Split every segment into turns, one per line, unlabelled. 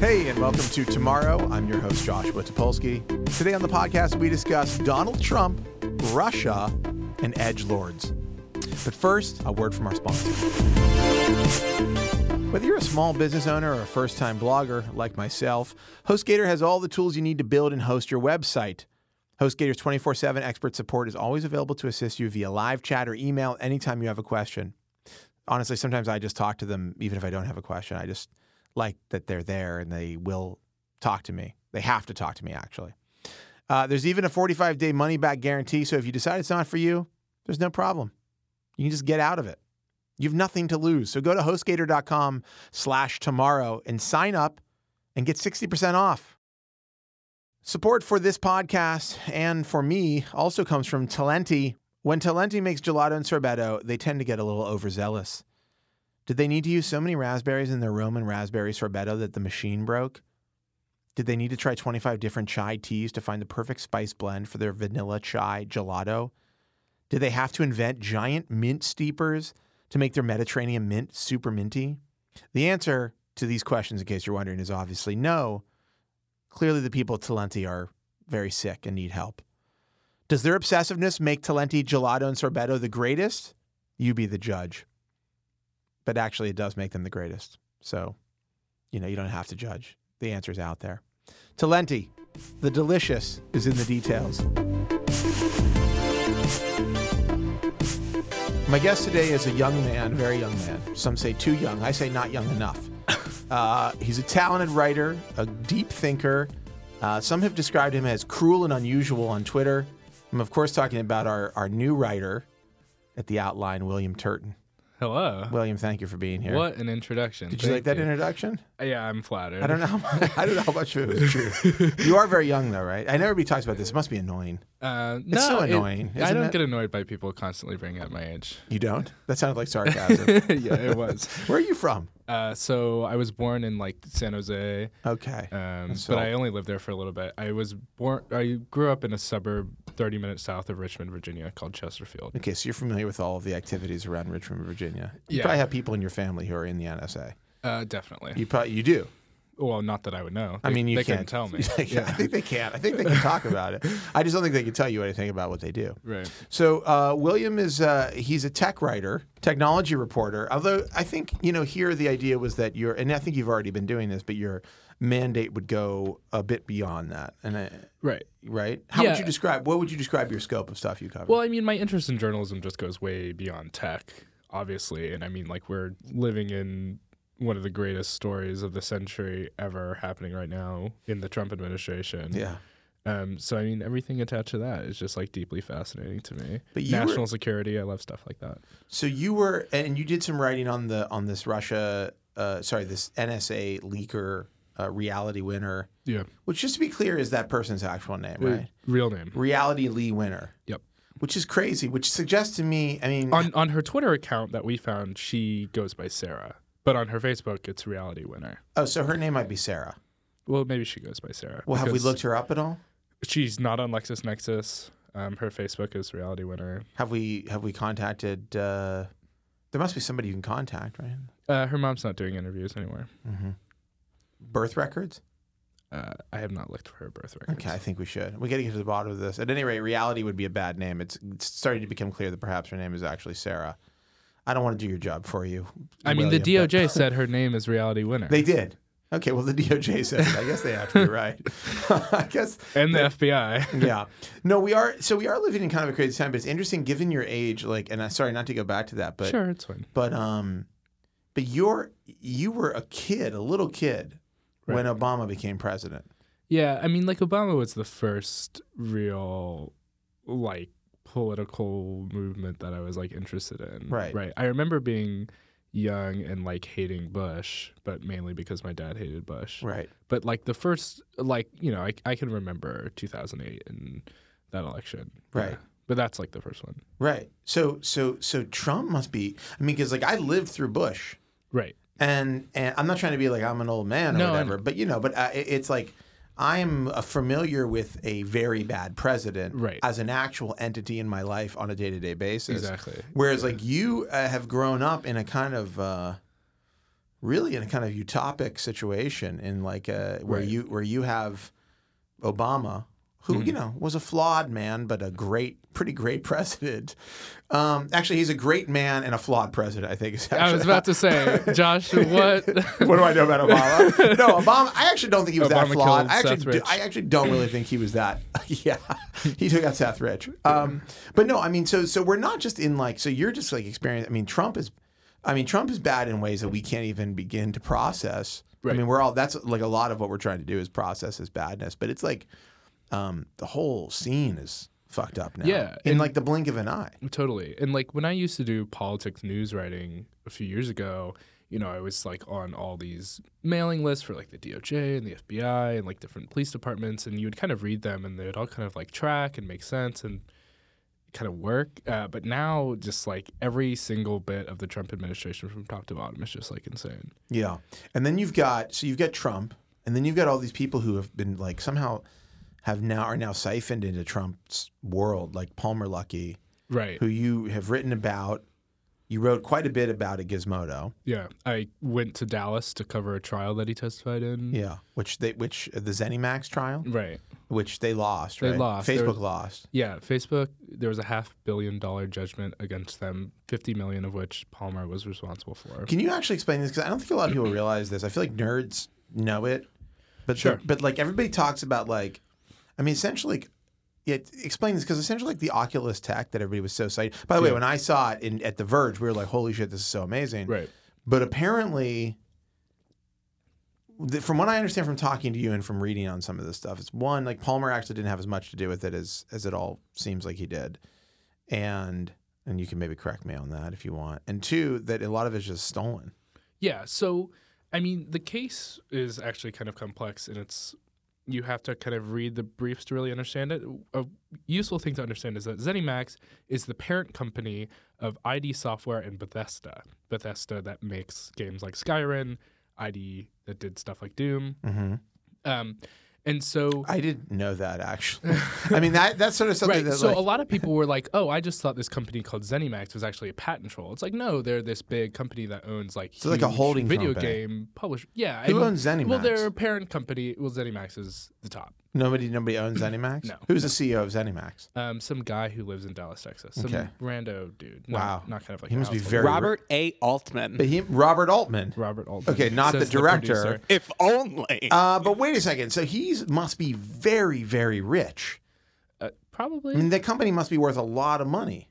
Welcome to Tomorrow. I'm your host, Joshua Topolsky. Today on the podcast, we discuss Donald Trump, Russia, and edge lords. But first, a word from our sponsor. Whether you're a small business owner or a first time blogger like myself, HostGator has all the tools you need to build and host your website. HostGator's 24 7 expert support is always available to assist you via live chat or email anytime you have a question. Honestly, sometimes I just talk to them even if I don't have a question. I just like that they're there and they will talk to me. They have to talk to me, actually. Uh, there's even a 45 day money back guarantee. So if you decide it's not for you, there's no problem. You can just get out of it. You have nothing to lose. So go to hostgator.com slash tomorrow and sign up and get 60% off. Support for this podcast and for me also comes from Talenti. When Talenti makes gelato and sorbetto, they tend to get a little overzealous. Did they need to use so many raspberries in their Roman raspberry sorbetto that the machine broke? Did they need to try 25 different chai teas to find the perfect spice blend for their vanilla chai gelato? Did they have to invent giant mint steepers to make their Mediterranean mint super minty? The answer to these questions, in case you're wondering, is obviously no. Clearly, the people at Talenti are very sick and need help. Does their obsessiveness make Talenti gelato and sorbetto the greatest? You be the judge. But actually, it does make them the greatest. So, you know, you don't have to judge. The answer's out there. Talenti, the delicious is in the details. My guest today is a young man, very young man. Some say too young. I say not young enough. Uh, he's a talented writer, a deep thinker. Uh, some have described him as cruel and unusual on Twitter. I'm, of course, talking about our, our new writer at the outline, William Turton.
Hello.
William, thank you for being here.
What an introduction.
Did you like that introduction?
Yeah, I'm flattered.
I don't know. How much, I don't know how much of it was true. You are very young, though, right? I know everybody talks about this. It must be annoying.
Uh, no,
so
it-
annoying,
I
isn't
don't
it?
get annoyed by people constantly bringing up my age.
You don't? That sounded like sarcasm.
yeah, it was.
Where are you from?
Uh, so I was born in like San Jose,
Okay.
um,
So-
but I only lived there for a little bit. I was born. I grew up in a suburb 30 minutes south of Richmond, Virginia, called Chesterfield.
Okay, so you're familiar with all of the activities around Richmond, Virginia. You
Yeah.
probably have people in your family who are in the NSA.
Uh, definitely.
You probably you do.
well, not that I would know.
I
They-
mean, you
they
can't
couldn't tell me.
I think they can. I think they can talk about it. I just don't think they can tell you anything about what they do.
Right.
So uh, William is uh, he's a tech writer, technology reporter. Although I think you know here the idea was that your and I think you've already been doing this, but your mandate would go a bit beyond that. And I,
Right.
right, how
Yeah.
would you describe what would you describe your scope of stuff you cover?
Well, I mean, my interest in journalism just goes way beyond tech, obviously. And I mean, like, we're living in one of the greatest stories of the century ever happening right now in the Trump administration.
yeah.
Um, so, I mean, everything attached to that is just like deeply fascinating to me.
But you were-
National security, I love stuff like that.
So you were, and you did some writing on the on this Russia, uh, sorry, this NSA leaker, uh, reality winner,
Yeah.
which just to be clear is that person's actual name, right?
Real name.
Reality Lee Winner.
Mm. Yep.
Which is crazy. Which suggests to me, I mean,
On, on her Twitter account that we found, she goes by Sarah. But on her Facebook, it's Reality Winner.
oh, so her name might be Sarah.
Well, maybe she goes by Sarah.
Well, have we
because
looked her up at all?
She's not on LexisNexis. Um, her Facebook is Reality Winner.
Have we have we contacted? Uh, there must be somebody you can contact, right? Mm-hmm.
Uh, her mom's not doing interviews anymore.
Birth records.
Uh, I have not looked for her birth records.
Okay, I think we should. We got to get to the bottom of this. At any rate, reality would be a bad name. It's, it's starting to become clear that perhaps her name is actually Sarah. I don't want to do your job for you.
I mean, the
William, but-
DOJ said her name is Reality Winner,
They did. Okay, well, the DOJ said it. I guess they have to be right. I guess.
and the FBI.
Yeah. No, we are. So we are living in kind of a crazy time, but it's interesting given your age. Like, and I sorry not to go back to that, but
sure, it's fine.
but um, but you're you were a kid, a little kid, when Obama became president.
Yeah, I mean, like Obama was the first real, like, political movement that I was like interested in.
Right.
Right. I remember being young and like hating Bush, but mainly because my dad hated Bush.
Right.
But like the first, like you know, I I can remember 2008 and that election.
Right.
Yeah. But that's like the first one.
Right. So so so Trump must be. I mean, because like I lived through Bush,
Right.
and and I'm not trying to be like I'm an old man or
No, I
whatever, but you know, but uh, it- it's like I'm uh, familiar with a very bad president
Right.
as an actual entity in my life on a day to day basis.
Exactly.
Whereas like you uh, have grown up in a kind of. Uh, really in a kind of utopic situation in like a where
Right. Mm-hmm.
you where you have Obama, who you know was a flawed man but a great, pretty great president. Um, actually, he's a great man and a flawed president. I think is actually
I was about to say, Josh, what?
what do I know about Obama? no, Obama. I actually don't think he was that
Obama
flawed.
killed
I actually,
Seth
do,
Rich.
I actually don't really think he was that. yeah, he took out Seth Rich. Um, but no, I mean, so so we're not just in like. So you're just like experiencing. I mean, Trump is. I mean, Trump is bad in ways that we can't even begin to process. I
Right.
mean, we're all that's like a lot of what we're trying to do is process his badness. But it's like um, the whole scene is fucked up now.
Yeah,
in
and-
like the blink of an eye.
totally. And like when I used to do politics news writing a few years ago, you know, I was like on all these mailing lists for like the DOJ and the FBI and like different police departments, and you would kind of read them and they would all kind of like track and make sense and kind of work. Uh, but now, just like every single bit of the Trump administration from top to bottom is just like insane.
Yeah. And then you've got so you've got Trump, and then you've got all these people who have been like somehow have now are now siphoned into Trump's world, like Palmer Lucky,
Right.
who you have written about. You wrote quite a bit about at Gizmodo.
Yeah. I went to Dallas to cover a trial that he testified in.
Yeah. Which they which the Zenimax trial,
Right.
which they lost,
Mm-hmm. They
right?
lost. They
Facebook
were-
lost.
Yeah, Facebook. There was a half billion dollar judgment against them, fifty million of which Palmer was responsible for.
Can you actually explain this? Because I don't think a lot of people realize this. I feel like nerds know it, but
Sure.
but like everybody talks about like, I mean, essentially, yeah. Explain this because essentially, like the Oculus tech that everybody was so excited. By the way,
Yeah.
when I saw it in at the Verge, we were like, "Holy shit, this is so amazing!"
Right.
But apparently, th- from what I understand from talking to you and from reading on some of this stuff, it's one like Palmer actually didn't have as much to do with it as as it all seems like he did, and and you can maybe correct me on that if you want. And two, that a lot of it's just stolen.
Yeah. So, I mean, the case is actually kind of complex, and it's you have to kind of read the briefs to really understand it. A useful thing to understand is that ZeniMax is the parent company of ID Software and Bethesda. Bethesda that makes games like Skyrim, ID that did stuff like Doom,
Mm-hmm.
um, and so
I didn't know that actually. I mean that that's sort of something
Right.
that
so
like,
a lot of people were like, "Oh, I just thought this company called ZeniMax was actually a patent troll." It's like, no, they're this big company that owns like
So like a
huge
holding
video
company.
game publisher. Yeah.
Who owns ZeniMax?
Well, their parent company, well, ZeniMax is the top.
nobody nobody owns ZeniMax.
Mm-hmm. No.
Who's the CEO of ZeniMax?
Um, some guy who lives in Dallas, Texas. Some
Okay.
rando dude.
Wow.
Not, not kind of like
He
a
must be
household-
very
Robert A. Altman.
But he, Robert Altman.
Robert Altman.
Okay, not
says
the director.
producer.
If only.
Uh, but wait a second. So he must be very very rich.
Uh, probably.
I mean, the company must be worth a lot of money.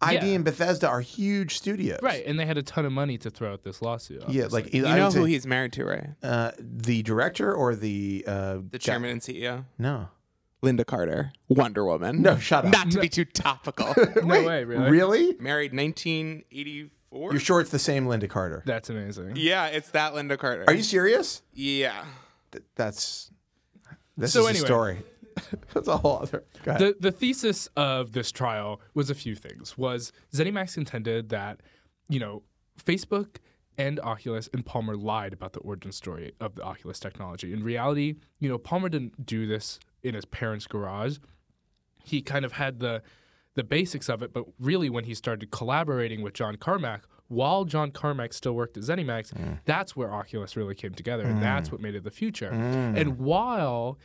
ID
Yeah.
and Bethesda are huge studios.
Right, and they had a ton of money to throw at this lawsuit.
Yeah,
obviously.
like
you
I
know
would
who
say,
he's married to, right?
uh, the director or the uh,
The chairman and CEO.
No,
Linda Carter. Wonder Woman.
no, shut up.
Not to be too topical.
no
Wait,
way, really.
Really?
married 1984.
You're sure it's the same Linda Carter?
That's amazing.
Yeah, it's that Linda Carter.
Are you serious?
Yeah.
Th- that's this
So
is a
anyway.
story. that's a whole other. Go ahead.
the, the thesis of this trial was a few things. Was ZeniMax contended that, you know, Facebook and Oculus and Palmer lied about the origin story of the Oculus technology. In reality, you know, Palmer didn't do this in his parents' garage. He kind of had the the basics of it, but really when he started collaborating with John Carmack, while John Carmack still worked at ZeniMax, that's where Oculus really came together, and that's what made it the future. And while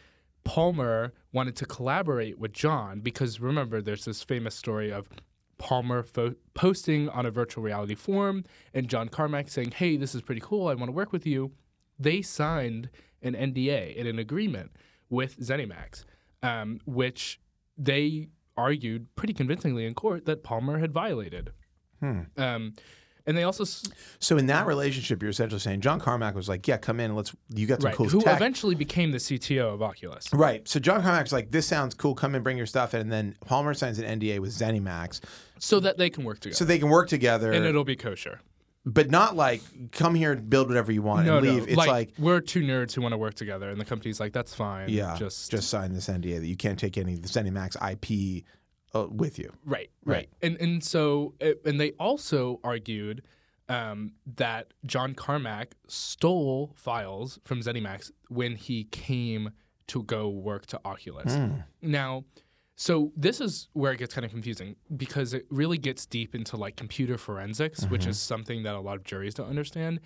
Palmer wanted to collaborate with John because remember, there's this famous story of Palmer fo- posting on a virtual reality forum and John Carmack saying, Hey, this is pretty cool. I want to work with you. They signed an NDA and an agreement with ZeniMax, um, which they argued pretty convincingly in court that Palmer had violated.
Hmm.
Um, and they also s-
so in that relationship, you're essentially saying John Carmack was like, "Yeah, come in. Let's. You got some
right,
cool
who
tech."
eventually became the CTO of Oculus.
Right. So John Carmack's like, "This sounds cool. Come and bring your stuff." And then Palmer signs an NDA with ZeniMax,
So that they can work together.
so they can work together,
and it'll be kosher.
but not like come here, build whatever you want,
no,
and leave.
No.
It's like,
like, we're two nerds who want to work together, and the company's like, that's fine.
yeah,
just,
just sign this NDA that you can't take any of the ZeniMax IP uh, with you.
right,
Right.
right, and and so it, and they also argued um, that John Carmack stole files from ZeniMax when he came to go work to Oculus. Now. So this is where it gets kind of confusing because it really gets deep into like computer forensics, which is something that a lot of juries don't understand.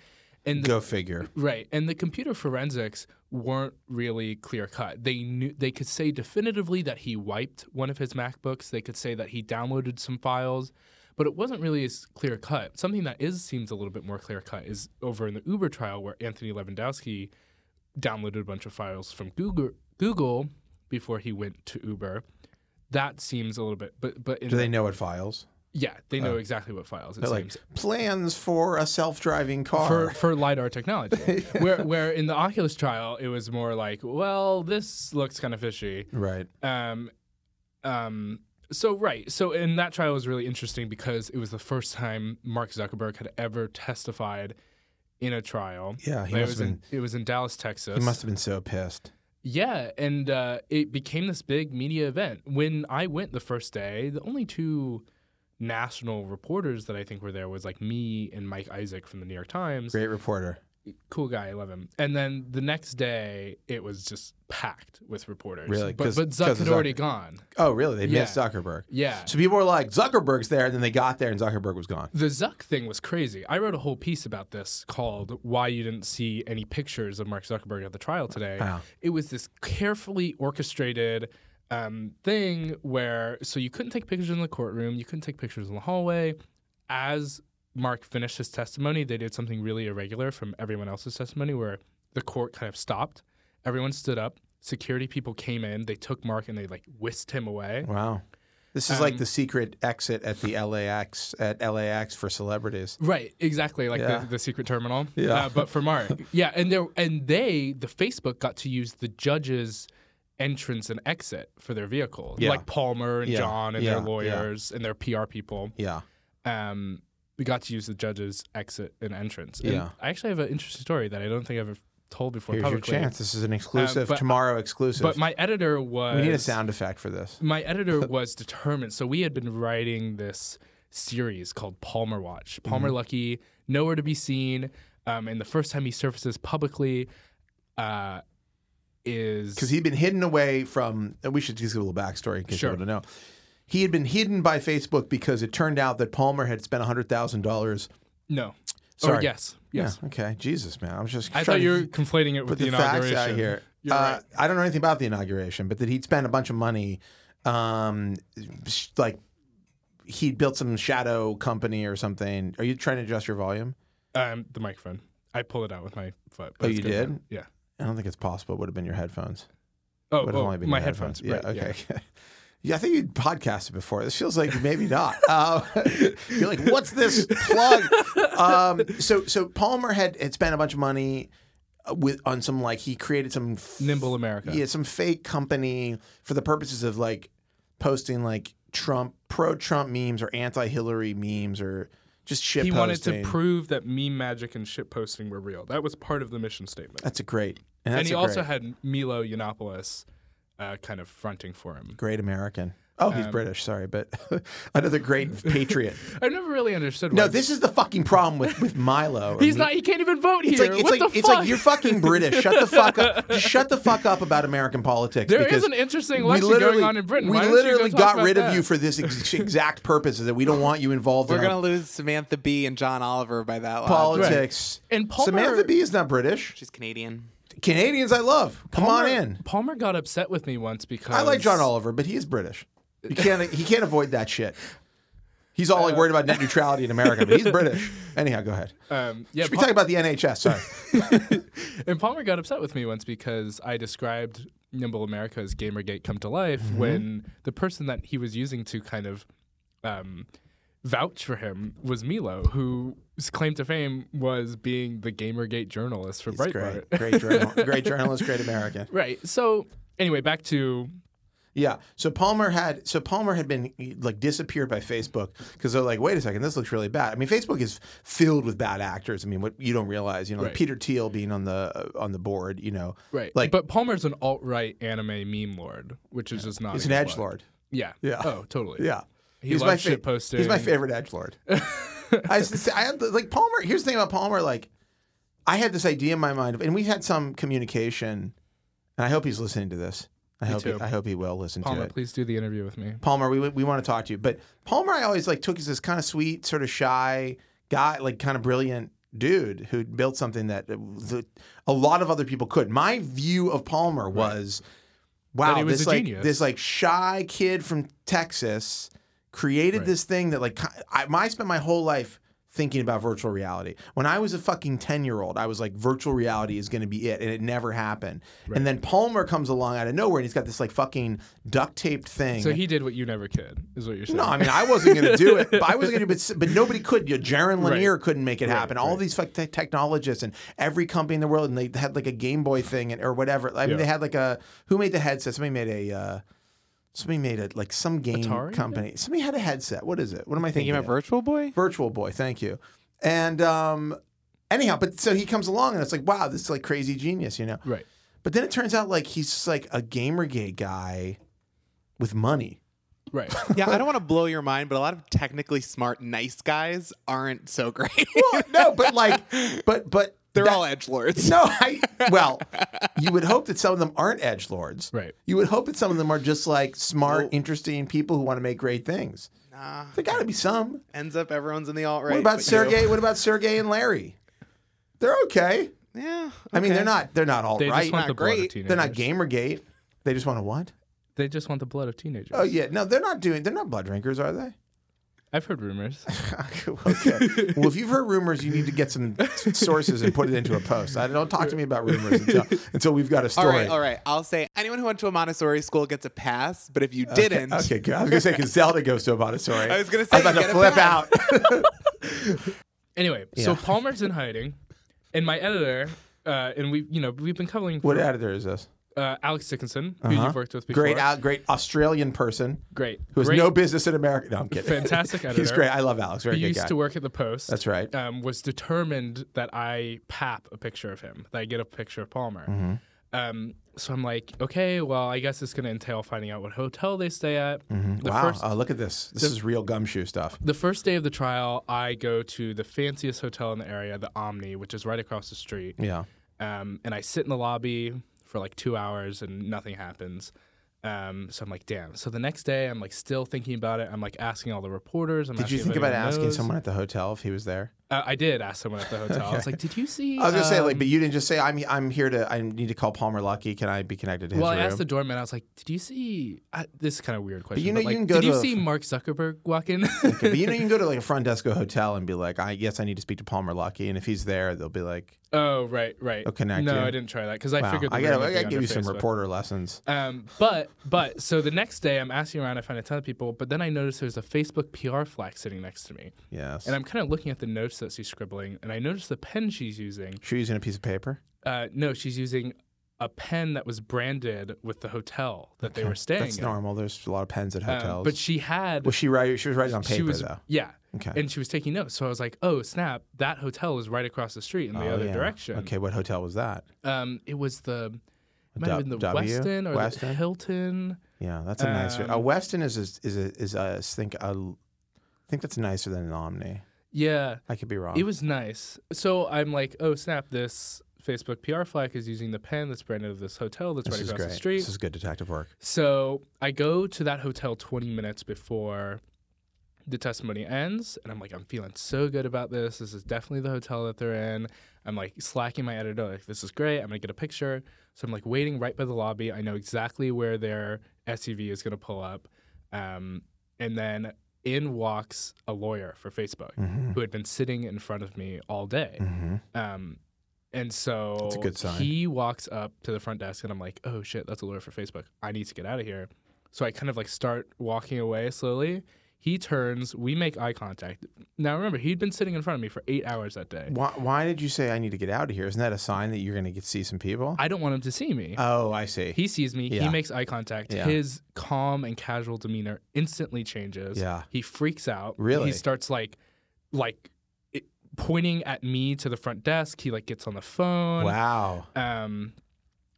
And the
Go figure.
Right, and the computer forensics weren't really clear cut. They knew they could say definitively that he wiped one of his MacBooks. They could say that he downloaded some files, but it wasn't really as clear cut. Something that is seems a little bit more clear cut is over in the Uber trial where Anthony Lewandowski downloaded a bunch of files from Google Google before he went to Uber. That seems a little bit, but but in
Do they
the-
know what files?
yeah, they know exactly what files. It
They're
seems
like plans for a self-driving
for,
car.
for lidar technology. Where where in the Oculus trial it was more like, well, this looks kind of fishy.
right.
Um, um, so right, so in that trial was really interesting because it was the first time Mark Zuckerberg had ever testified in a trial.
Yeah, he
it
must
was
have
in, it was in Dallas, Texas.
He must have been so pissed.
Yeah, and uh, it became this big media event. When I went the first day, the only two national reporters that I think were there was like me and Mike Isaac from the New York Times
Great reporter.
cool guy, I love him. And then the next day, it was just packed with reporters.
Really?
but
'Cause-
but Zuck
'cause
had
of
already
Zucker.
gone.
Oh, really? They missed
Yeah.
Zuckerberg.
Yeah.
So people were like, Zuckerberg's there, and then they got there, and Zuckerberg was gone.
The Zuck thing was crazy. I wrote a whole piece about this called "Why You Didn't See Any Pictures of Mark Zuckerberg at the Trial Today."
Wow.
It was this carefully orchestrated um, thing where so you couldn't take pictures in the courtroom, you couldn't take pictures in the hallway. As Mark finished his testimony, they did something really irregular from everyone else's testimony, where the court kind of stopped. Everyone stood up. Security people came in. They took Mark and they like whisked him away.
Wow. This is
Um,
like the secret exit at the LAX at LAX for celebrities.
Right, exactly, like
Yeah.
the, the secret terminal.
Yeah.
Uh, but for Mark, yeah, and there and they the Facebook got to use the judge's entrance and exit for their vehicle,
Yeah.
like Palmer and
Yeah,
John and
yeah,
their
yeah.
lawyers and their PR people.
Yeah.
Um, we got to use the judge's exit and entrance. And
Yeah.
I actually have an interesting story that I don't think I've ever told before
Here's your
publicly. Uh,
chance. This is an exclusive
but-
tomorrow exclusive.
But my editor was
we need a sound effect for this.
my editor was determined. So we had been writing this series called Palmer Watch.
Mm-hmm.
Palmer Lucky, nowhere to be seen. Um, and the first time he surfaces publicly uh, is
because he'd been hidden away from. and We should just give a little backstory in case
Sure.
you want to know. He had been hidden by Facebook because it turned out that Palmer had spent hundred thousand dollars.
no. Or
Sorry.
yes. Yes.
Yeah. Okay. Jesus, man. I was just.
I
trying
thought
to
you were conflating it with
put
the,
the, facts
inauguration.
out here.
You're
Uh,
right.
I don't know anything about the inauguration, but that he'd spent a bunch of money, um, sh- like. He'd built some shadow company or something. Are you trying to adjust your volume?
Um, the microphone. I pulled it out with my foot. but
Oh,
it's
you
good
did?
now. Yeah.
I don't think it's possible. It would have been your headphones.
Oh,
Would have
oh,
only been
my
your
headphones. Right,
Yeah, okay. Yeah. I think you podcasted before. This feels like maybe not. Uh, you're like, what's this plug? Um, so, so Palmer had had spent a bunch of money uh, with on some like he created some f-
Nimble America.
yeah some fake company for the purposes of like posting like Trump pro Trump memes or anti Hillary memes or just shit.
He wanted to
posting.
prove that meme magic and shit posting were real. That was part of the mission statement.
That's a great. And, that's
and he
a
also
great,
had Milo Yiannopoulos uh, kind of fronting for him.
great American. Oh, he's
Um,
British. Sorry, but another great patriot.
I've never really understood.
No,
why-
this is the fucking problem with, with Milo. or
he's
me-
not. He can't even vote here.
It's like it's
what
like
the
it's
fuck?
like you're fucking British. Shut the fuck up. Just shut the fuck up about American politics.
There
because
is an interesting
we
election
literally
going on in Britain.
we
Why don't you go
literally
talk
got
about
rid
that?
of you for this ex- exact purpose is that we don't want you involved
We're
in
gonna
our
lose Samantha Bee and John Oliver by that. Paul,
politics.
And Palmer-
Samantha Bee is not British.
she's Canadian.
Canadians, I love. Come on
Palmer-
in.
Palmer got upset with me once because
I like John Oliver, but he is British. You can't he can't avoid that shit. He's all
Uh,
like worried about net neutrality in America, but he's British. Anyhow, go ahead.
Um, yeah,
Should be
Pal-
talking about the NHS. Sorry.
and Palmer got upset with me once because I described Nimble America as Gamergate come to life
Mm-hmm.
when the person that he was using to kind of um, vouch for him was Milo, whose claim to fame was being the Gamergate journalist for Breitbart.
Great, great, journal, great journalist, great American.
Right. So anyway, back to
Yeah. So Palmer had so Palmer had been like disappeared by Facebook because they're like, wait a second, this looks really bad. I mean, Facebook is filled with bad actors. I mean, what you don't realize, you know, like
Right.
Peter Thiel being on the uh, on the board, you know,
right.
Like-
Like, but Palmer's an alt right anime meme lord, which is just not.
he's an edge lord.
Yeah.
Yeah.
Oh, totally.
Yeah.
He loves
fa-
shitposting.
He's my favorite edge lord. I, used to say- I had the- like Palmer. Here's the thing about Palmer. Like, I had this idea in my mind, and we had some communication. And I hope he's listening to this. I hope
too.
He, I hope he will listen to
Palmer,
it.
please do the interview with me.
Palmer, we, we want to talk to you. But Palmer, I always like took as this kind of sweet, sort of shy guy, like kind of brilliant dude who built something that uh, the, a lot of other people could. My view of Palmer was, wow,
That he was
this
a
like
genius.
this like shy kid from Texas created
Right.
this thing that like ki- I, I spent my whole life thinking about virtual reality. When I was a fucking 10-year-old, I was like virtual reality is going to be it and it never happened. And then Palmer comes along out of nowhere and he's got this like fucking duct taped thing.
So he did what you never could, is what you're saying.
No, I mean I wasn't going to do it. But I was going to, but but nobody could. You know, Jaron
Right.
Lanier couldn't make it
Right,
happen. All
right.
these fuck te- technologists and every company in the world, and they had like a Game Boy thing and or whatever. I mean,
Yeah.
they had like a who made the headset? Somebody made a. Uh, Somebody made a like some game
Atari?
company. Somebody had a headset. What is it? What am I thinking?
Thinking
of?
about Virtual Boy?
Virtual Boy, thank you. And um, anyhow, but so he comes along and it's like, wow, this is like crazy genius, you know.
Right.
But then it turns out like he's just like a gamergate guy with money.
Right.
yeah, I don't want to blow your mind, but a lot of technically smart, nice guys aren't so great.
Well, no, but like, but but
They're
that-
all edge lords.
No, I well, you would hope that some of them aren't edge lords.
Right.
You would hope that some of them are just like smart,
Well-
interesting people who want to make great things.
Nah.
There got to be some.
Ends up everyone's in the alt right.
what about Sergey? What about Sergey and Larry? They're okay.
Yeah.
I mean,
okay.
they're not. They're not all
They
right.
just want
not
the blood
great.
of teenagers.
They're not GamerGate. They just want to what?
They just want the blood of teenagers.
Oh yeah, no, they're not doing. They're not blood drinkers, are they?
I've heard rumors.
okay. Well, if you've heard rumors, you need to get some sources and put it into a post. I don't talk to me about rumors until, until we've got a
All
story.
right, all right. I'll say anyone who went to a Montessori school gets a pass, but if you didn't,
Okay, good. I was gonna say because Zelda goes to a Montessori.
I was gonna
I'm
say,
about
you
to
get a
flip out.
pass.
Anyway, so Palmer's in hiding, and my editor, uh, and we, you know, we've been covering
what editor is this?
uh, Alex Dickinson, who you've worked with before.
Great, out, great Australian person
great,
who has
great,
no business in America. No, I'm kidding.
fantastic editor.
He's great. I love Alex. Very
He
good
used
guy.
to work at the Post.
That's right.
Um, was determined that I pap a picture of him, that I get a picture of Palmer.
Mm-hmm.
Um, so I'm like, okay, well, I guess it's going to entail finding out what hotel they stay at. The
wow.
first
oh, look at this. This is real gumshoe stuff.
the first day of the trial, I go to the fanciest hotel in the area, the Omni, which is right across the street.
Yeah.
Um, and I sit in the lobby for like two hours and nothing happens. Um, so I'm like, damn. So the next day, I'm like still thinking about it. I'm like asking all the reporters. I'm
Did you
asking if
think about
anyone
asking
knows.
someone at the hotel if he was there?
Uh, I did ask someone at the hotel. I was like, did you see?
I was gonna say like,
um,
but you didn't just say I'm I'm here to I need to call Palmer Lucky. Can I be connected to his
Well, I
room?
asked the doorman. I was like, "Did you see I, this? Is kind of weird question.
you know you
like,
can go
did
to
you
a-
see Mark Zuckerberg walk in?
but you know you can go to like a front desk of a hotel and be like, I yes I need to speak to Palmer Lucky, and if he's there, they'll be like,
oh, right, right.
They'll connect
No,
you.
I didn't try that because I
Wow,
figured. the
I gotta
room would
I
be
gotta give
under
you some
Facebook.
reporter lessons.
Um, but but so the next day, I'm asking around. I find a ton of people, but then I notice there's a Facebook PR flag sitting next to me,
Yes.
and I'm kind of looking at the notes that she's scribbling, and I notice the pen she's using.
Sure, using a piece of paper.
Uh, no, she's using a pen that was branded with the hotel that they were staying
That's
in.
normal. There's a lot of pens at
Um,
hotels.
but she had
was she writing? She was writing on paper
she was
though.
yeah,
Okay.
and she was taking notes. So I was like, oh snap, that hotel is right across the street in the
Oh,
other
yeah.
direction.
Okay, what hotel was that?
Um, it was the it might have
Du-
been the
W?
Westin or
Westin?
the Hilton.
Yeah, that's a nicer. A
Um,
Weston is is is a, is a, I think a, I think that's nicer than an Omni.
Yeah.
I could be wrong.
It was nice. So I'm like, oh snap! This Facebook PR flag is using the pen that's branded of this hotel that's
this
right
is
across
great.
the street.
This is good detective work.
so I go to that hotel 20 minutes before the testimony ends, and I'm like, I'm feeling so good about this. This is definitely the hotel that they're in. I'm like slacking my editor, like this is great. I'm gonna get a picture. So I'm like waiting right by the lobby. I know exactly where their SUV is gonna pull up, um, and then in walks a lawyer for Facebook
Mm-hmm.
who had been sitting in front of me all day.
Mm-hmm.
Um, and so
That's a good sign.
he walks up to the front desk, and I'm like, oh shit, that's a lawyer for Facebook. I need to get out of here. So I kind of like start walking away slowly. He turns, we make eye contact. Now remember, he'd been sitting in front of me for eight hours that day.
Why, why did you say I need to get out of here? Isn't that a sign that you're going to get see some people?
I don't want him to see me.
oh, I see.
he sees me,
Yeah.
he makes eye contact.
Yeah.
His calm and casual demeanor instantly changes.
Yeah.
He freaks out.
Really?
He starts like, like, it- pointing at me to the front desk. He like gets on the phone.
wow.
Um,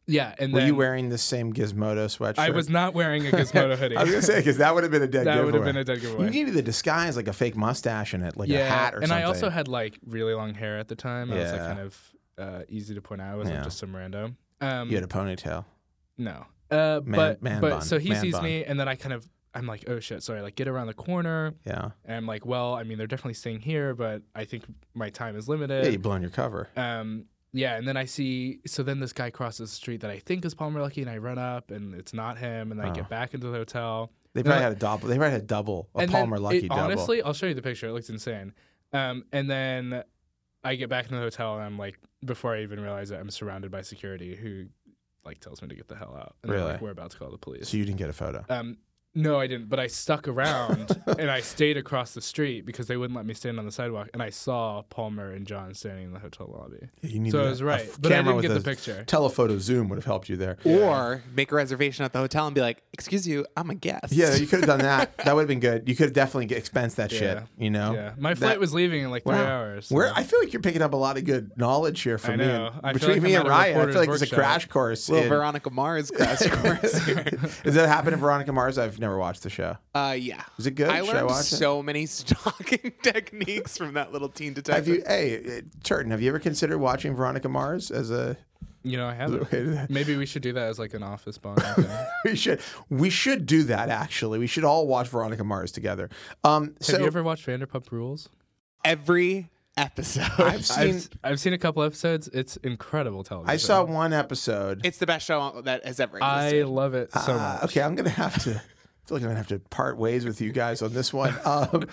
yeah, and
Were
then
you wearing the same Gizmodo sweatshirt?
I was not wearing a Gizmodo hoodie.
I was going to say because that would have been a dead
that
giveaway.
would have been a dead
You
giveaway.
needed to disguise like a fake mustache and it, like
yeah,
a hat or
and
something.
I also had like really long hair at the time. I was like
Yeah.
kind of uh, easy to point out. I wasn't
Yeah.
just some random. Um,
you had a ponytail.
no, uh,
Man-
but
man
but
bun,
so he
man
sees
bun.
me, and then I kind of I'm like, oh shit. So I like get around the corner
Yeah.
and I'm like, well, I mean, they're definitely staying here, but I think my time is
Yeah, you
limited.
blown your cover.
Um, yeah, and then I see. So then this guy crosses the street that I think is Palmer Lucky, and I run up, and it's not him. And I
Oh.
get back into the hotel.
They probably
No.
had a double. They probably had a double, a
and then
Palmer Lucky
it-
double.
Honestly, I'll show you the picture. It looks insane. Um, and then I get back in the hotel, and I'm like, before I even realize it, I'm surrounded by security who like tells me to get the hell out. And they're
Really?
like, we're about to call the police.
so you didn't get a photo.
Um, no, I didn't. But I stuck around and I stayed across the street because they wouldn't let me stand on the sidewalk. And I saw Palmer and John standing in the hotel lobby.
You needed
so I
a-
was
a
right,
f-
but I
camera
didn't get the
with a
picture.
Telephoto zoom would have helped you there.
Or make a reservation at the hotel and be like, "Excuse you, I'm a guest."
Yeah, you could have done that. that would have been good. You could have definitely get- expensed that shit.
Yeah.
You know.
Yeah, my flight
That-
was leaving in like three
Wow.
hours. so-
Where I feel like you're picking up a lot of good knowledge here from me.
know.
and-
I feel
between
like
me
I'm
and
at a
Ryan, I feel like
reporter's
it's a crash
workshop.
course.
Little
in-
Veronica Mars crash course. here.
Does that happen in Veronica Mars? I've never watched the show.
uh, yeah.
Is it good?
I
Should I
learned
watch it?
so many stalking techniques from that little teen detective.
Have you, hey, uh, Turton, have you ever considered watching Veronica Mars as a
You know, I haven't.
way to-
Maybe we should do that as like an office bond. thing.
we should we should do that actually. We should all watch Veronica Mars together. Um so
Have you ever watched Vanderpump Rules?
Every episode.
I've seen
I've, I've seen a couple episodes. It's incredible television.
I saw one episode.
it's the best show that has ever
I
existed.
love it so
Uh,
much.
okay, I'm gonna have to I feel like I'm gonna have to part ways with you guys on this one. Um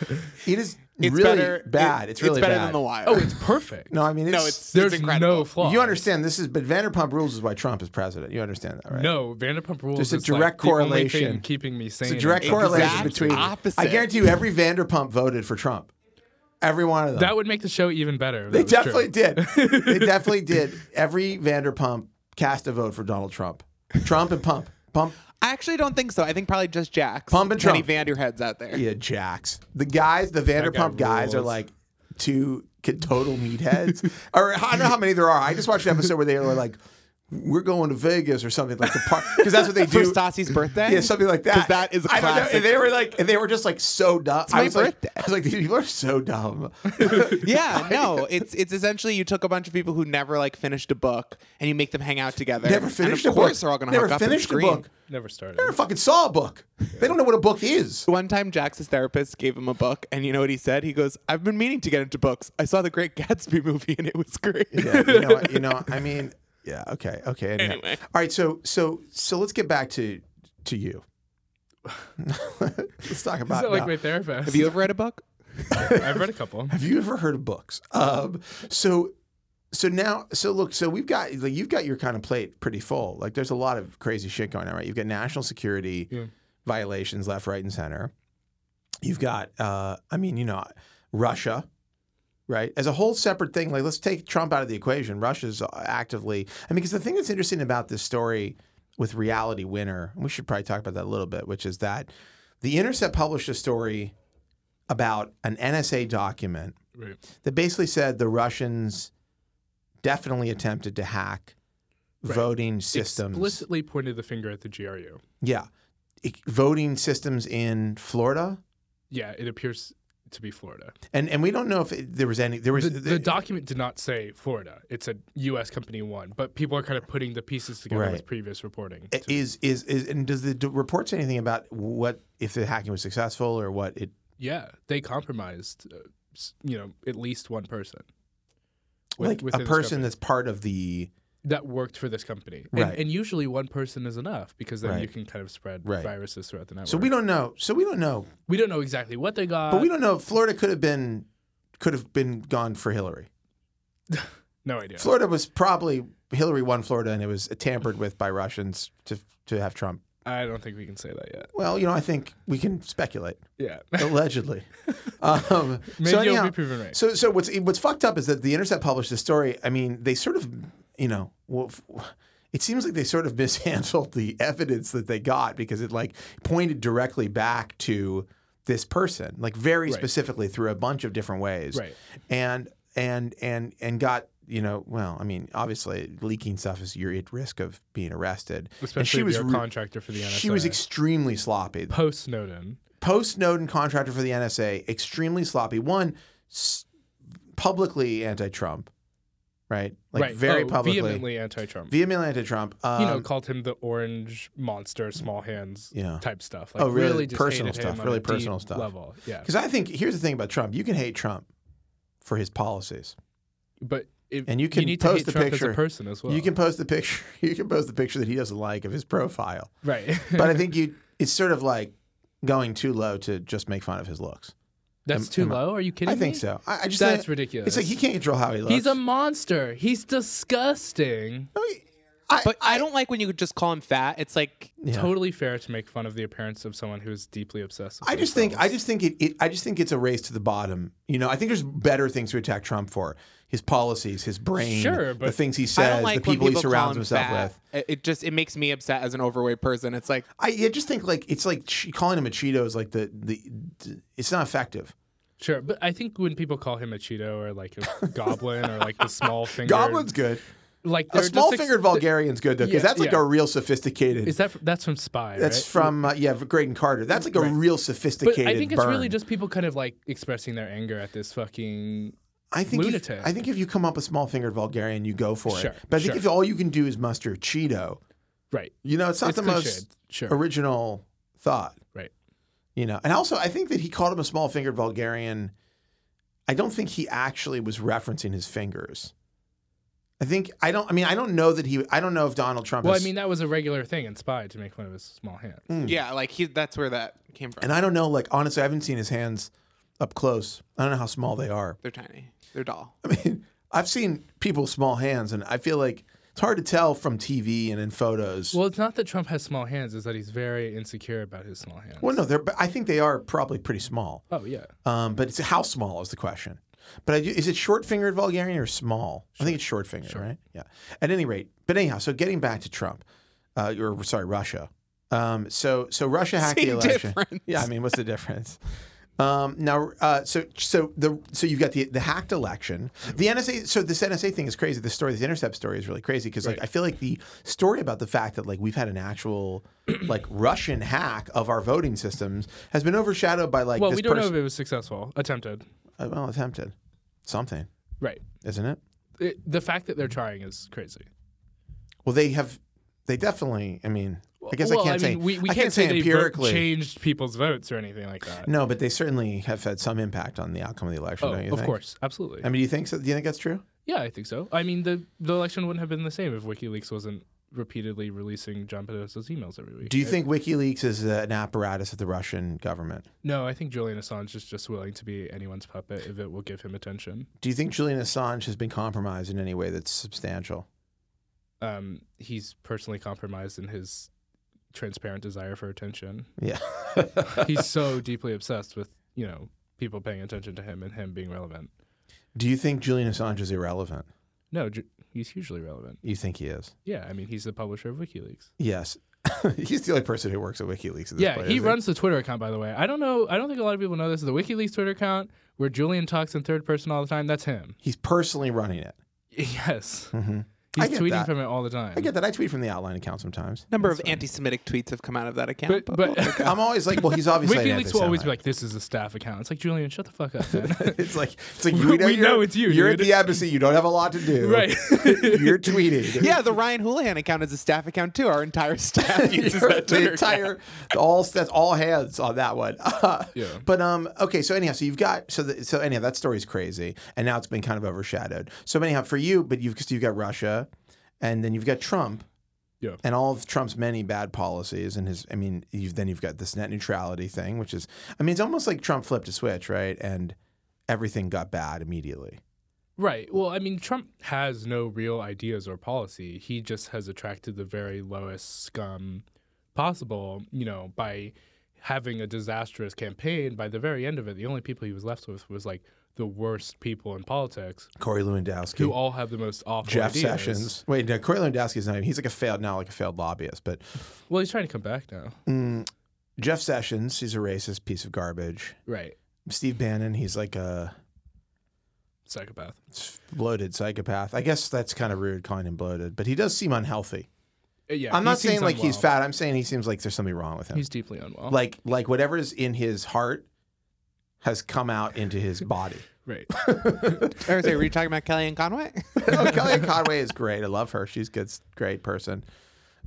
it is
it's
really
better.
bad.
it-
it's really
better
bad.
than the Wild.
Oh, it's perfect.
No, I mean it's,
no, it's
there's
it's incredible.
no flaw.
you understand this is but Vanderpump rules is why Trump is president. You understand that, right?
No, Vanderpump Rules.
There's a
is like,
direct
the only thing
correlation.
keeping me sane.
It's a direct
and focused.
correlation
Exact
between
opposite.
I guarantee you every Vanderpump voted for Trump. Every one of them.
That would make the show even better. if
They
that was true.
definitely did. They definitely did. Every Vanderpump cast a vote for Donald Trump. Trump and Pump. Pump.
I actually don't think so. I think probably just Jax.
Pump and
Penny
Trump.
Vanderheads out there.
Yeah, jacks. The guys, the Vanderpump guys are
rules.
like two k- total meatheads. or I don't know how many there are. I just watched an episode where they were like, "We're going to Vegas" or something like the park because that's what they
For
do.
Stassi's birthday?
Yeah, something like that.
'Cause that is a
I don't know.
classic.
And they were like, and they were just like so dumb. I
my
was like,
birthday.
I was like, these people are so dumb.
yeah, no, it's it's essentially you took a bunch of people who never like finished a book and you make them hang out together.
Never finished
and
a
of
book.
course they're all gonna
Never
hook up
finished
and
a
scream.
book.
Never started.
Never fucking saw a book. They don't know what a book is.
One time Jax's therapist gave him a book and you know what he said? He goes, I've been meaning to get into books. I saw the Great Gatsby movie and it was great.
yeah, you know, what- you know, I mean, yeah, okay, okay. anyhow.
Anyway.
all right, so so so let's get back to to you. let's talk
Is
about.
that like
now-
my therapist?
Have you ever read a book?
I've read a couple.
have you ever heard of books? Um, so so now so look so we've got like you've got your kind of plate pretty full. Like there's a lot of crazy shit going on, right? You've got national security
Yeah.
violations left, right, and center. You've got uh, I mean, you know, Russia. Right, as a whole separate thing. Like, let's take Trump out of the equation. Russia's actively. I mean, because the thing that's interesting about this story with Reality Winner, and we should probably talk about that a little bit, which is that the Intercept published a story about an NSA document
Right.
that basically said the Russians definitely attempted to hack
Right.
voting systems.
Explicitly pointed the finger at the GRU.
Yeah. E- Voting systems in Florida.
Yeah, it appears to be Florida.
And and we don't know if it, there was any there was
The, the document did not say Florida. It said U.S. Company One, but people are kind of putting the pieces together
Right.
with previous reporting.
is, is is and does the d- report say anything about what if the hacking was successful or what it
Yeah, they compromised, uh, s- you know, at least one person. with-
like
within
a
this
person
company
that's part of the
that worked for this company, and,
Right.
and usually one person is enough because then you
Right.
can kind of spread
Right.
viruses throughout the network.
so we don't know so we don't know
we don't know exactly what they got.
but we don't know if Florida could have been could have been gone for Hillary.
no idea.
Florida was probably Hillary won Florida, and it was tampered with by Russians to to have Trump.
I don't think we can say that yet.
Well, you know, I think we can speculate
Yeah,
allegedly. um,
maybe
so
you'll
anyhow,
be proven right.
so so what's what's fucked up is that the Intercept published this story. I mean, they sort of, you know, well, f- it seems like they sort of mishandled the evidence that they got because it like pointed directly back to this person, like very
Right.
specifically through a bunch of different ways
right.
and and and and got you know well i mean obviously leaking stuff is you're at risk of being arrested
Especially
and she
if
was
you're
re-
a contractor for the NSA.
she was extremely sloppy
post Snowden.
post snowden contractor for the nsa extremely sloppy one s- publicly anti-trump right? Like
right.
very
Oh,
publicly,
vehemently anti-Trump.
vehemently anti-Trump. Um,
you know, called him the orange monster, small hands
Yeah.
type stuff. Like,
Oh, really
just
personal
hated him
stuff,
on
really
a deep
personal stuff.
Level, yeah.
Because I think here's the thing about Trump: you can hate Trump for his policies.
But if,
And you can
need
post
to hate
the
Trump
picture.
as a person as well.
You can post the picture. You can post the picture that he doesn't like of his profile.
right.
But I think you, it's sort of like going too low to just make fun of his looks.
that's
am-
too
am I-
low. Are you kidding
I think
me?
so. I, I just
That's
think-
ridiculous.
It's like he can't control how he looks.
He's a monster. He's disgusting.
I mean, I,
But I don't like when you just call him fat. It's like
Yeah.
Totally fair to make fun of the appearance of someone who is deeply obsessed. With
I just think I
themselves.
just think it, it I just think it's a race to the bottom. You know, I think there's better things to attack Trump for. His policies, his brain,
Sure,
the
but
things he
I
says,
don't like
the
when
people, he
call
surrounds
him
himself
fat.
with.
It- It just it makes me upset as an overweight person. It's like
I yeah, just think like it's like che- calling him a Cheeto is like the, the d- it's not effective.
sure, but I think when people call him a Cheeto or like a goblin or like the small finger,
Goblin's good. A
like they're just ex-
small fingered Vulgarian's good though, because
Yeah,
that's like
yeah.
a real sophisticated.
Is that fr- that's from Spy?
that's
right?
from uh, yeah, Graydon Carter. That's like a real
But
sophisticated.
I think it's
burn.
really just people kind of like expressing their anger at this fucking.
I think
lunatic.
If, I think if you come up with small fingered Vulgarian, you go for
Sure,
it. But I think
sure.
if all you can do is muster Cheeto,
Right.
you know, it's not
it's
the
cliched.
most
Sure.
original thought.
Right.
You know, and also I think that he called him a small fingered Vulgarian. I don't think he actually was referencing his fingers. I think I don't. I mean, I don't know that he. I don't know if Donald Trump.
Well, I
is,
mean, that was a regular thing in Spy to make fun of his small hand.
yeah, like he that's where that came from.
Hmm. and I don't know. Like honestly, I haven't seen his hands up close. I don't know how small they are.
They're tiny. They're doll.
I mean, I've seen people with small hands, and I feel like it's hard to tell from TV and in photos. Well,
Well, it's not that Trump has small hands; it's that he's very insecure about his small hands.
no, they're. but I think they are probably pretty small.
Oh yeah.
Um, but it's how small is the question. But I do, is it short fingered Vulgarian or small? I think it's short fingered, right? Yeah. At any rate, but anyhow, so getting back to Trump, uh, or sorry, Russia. Um, so so Russia hacked the
Same
election.
difference.
Yeah, I mean, what's the difference? Um, now, uh, so so the so you've got the the hacked election. The NSA. So this NSA thing is crazy. This story, this intercept story, is really crazy because like I feel like the story about the fact that like we've had an actual like Russian hack of our voting systems has been overshadowed by like
Well,
this
we don't
person.
know if it was successful, attempted.
Uh, well, attempted something,
Right.
isn't it?
It, the fact that they're trying is crazy.
Well, they have. They definitely. I mean, I guess I
Well,
can't
mean,
say.
we, we
I
can't, say, they vo-
empirically.
changed people's votes or anything like that.
No, but they certainly have had some impact on the outcome of the election.
oh,
don't you
of
think?
course, absolutely.
I mean, do you think so? Do you think that's true?
yeah, I think so. I mean, the the election wouldn't have been the same if WikiLeaks wasn't repeatedly releasing John Podesta's emails every week. Uh,
Do you
I-
think WikiLeaks is uh, an apparatus of the Russian government?
No, I think Julian Assange is just willing to be anyone's puppet if it will give him attention.
Do you think Julian Assange has been compromised in any way that's substantial?
Um, he's personally compromised in his transparent desire for attention.
Yeah.
He's so deeply obsessed with you know people paying attention to him and him being relevant.
Do you think Julian Assange is irrelevant?
No, Ju- he's hugely relevant.
You think he is?
Yeah, I mean, he's the publisher of WikiLeaks.
Yes. He's the only person who works at WikiLeaks. At this
Yeah,
point,
he
isn't
runs the Twitter account, by the way. I don't know. I don't think a lot of people know this. The WikiLeaks Twitter account, where Julian talks in third person all the time, that's him.
He's personally running it.
Yes.
Mhm. I
He's
get
tweeting
that.
from it all the time.
I get that. I tweet from the outline account sometimes.
Number of anti-Semitic tweets have come out of that account.
But, but
I'm always like, well, he's obviously. an
WikiLeaks will always be
anti-Semite.
like, this is a staff account. It's like, Julian, shut the fuck up, man.
It's like it's like
We-
you know,
we
you're-
know it's you,
You're at
dude.
the embassy. You don't have a lot to do.
right.
you're tweeting.
yeah, the Ryan Houlihan account is a staff account too. Our entire staff uses that
the
Twitter
entire all that's all hands on that one.
Yeah.
But um, okay. So anyhow, so you've got so the, so anyhow that story's crazy, and now it's been kind of overshadowed. So anyhow, for you, but you've 'cause you've got Russia, and then you've got Trump.
Yeah.
And all of Trump's many bad policies, and his, I mean, you've, then you've got this net neutrality thing, which is, I mean, it's almost like Trump flipped a switch, right? And everything got bad immediately.
right. Well, I mean, Trump has no real ideas or policy. He just has attracted the very lowest scum possible, you know, by having a disastrous campaign. By the very end of it, the only people he was left with was like the worst people in politics
Corey Lewandowski.
who all have the most awful
Jeff
ideas.
Sessions. Wait, no, Corey Lewandowski's not even. He's like a failed now, like a failed lobbyist. But
Well, he's trying to come back now.
mm, Jeff Sessions, he's a racist piece of garbage.
Right.
Steve Bannon, he's like a
Psychopath.
bloated psychopath. I guess that's kind of rude calling him bloated, but he does seem unhealthy.
Uh, Yeah.
I'm
he
not
seems
saying like he's
unwell.
fat. I'm saying he seems like there's something wrong with him.
He's deeply unwell.
like like whatever's in his heart has come out into his body.
Right.
Or sorry, were you talking about Kellyanne Conway?
no, Kelly Conway is great. I love her. She's a good, great person.